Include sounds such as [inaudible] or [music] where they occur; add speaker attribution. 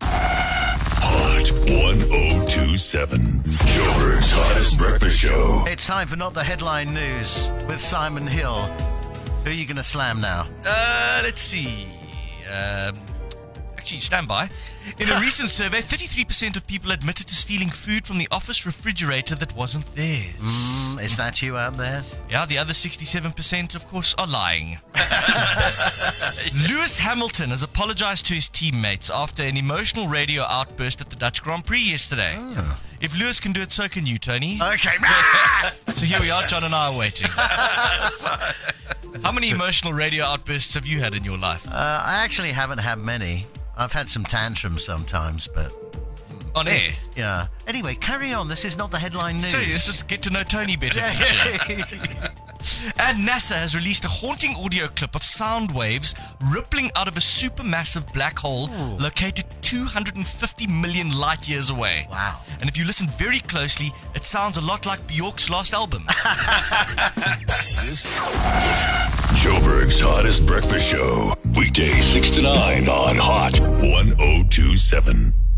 Speaker 1: 97. oh Joburg's hottest breakfast show.
Speaker 2: It's time for Not the Headline News with Simon Hill. Who are you going to slam now?
Speaker 3: Uh, let's see. Um, actually, stand by. In a recent survey, 33% of people admitted to stealing food from the office refrigerator that wasn't theirs.
Speaker 2: Mm, Is that you out there?
Speaker 3: Yeah, the other 67%, of course, are lying. Lewis Hamilton has apologized to his teammates after an emotional radio outburst at the Dutch Grand Prix yesterday. If Lewis can do it, so can you, Tony.
Speaker 2: [laughs] Okay.
Speaker 3: So here we are, John and I are waiting. How many emotional radio outbursts have you had in your life?
Speaker 2: Uh, I actually haven't had many. I've had some tantrums sometimes, but
Speaker 3: On air?
Speaker 2: yeah. Anyway, carry on. This is not the headline news.
Speaker 3: So let's just get to know Tony better. feature. And NASA has released a haunting audio clip of sound waves rippling out of a supermassive black hole located 250 million light years away.
Speaker 2: Wow.
Speaker 3: And if you listen very closely, it sounds a lot like Bjork's last album.
Speaker 1: Joburg's oh hottest breakfast show. Weekday 6 to 9 on Hot 1027.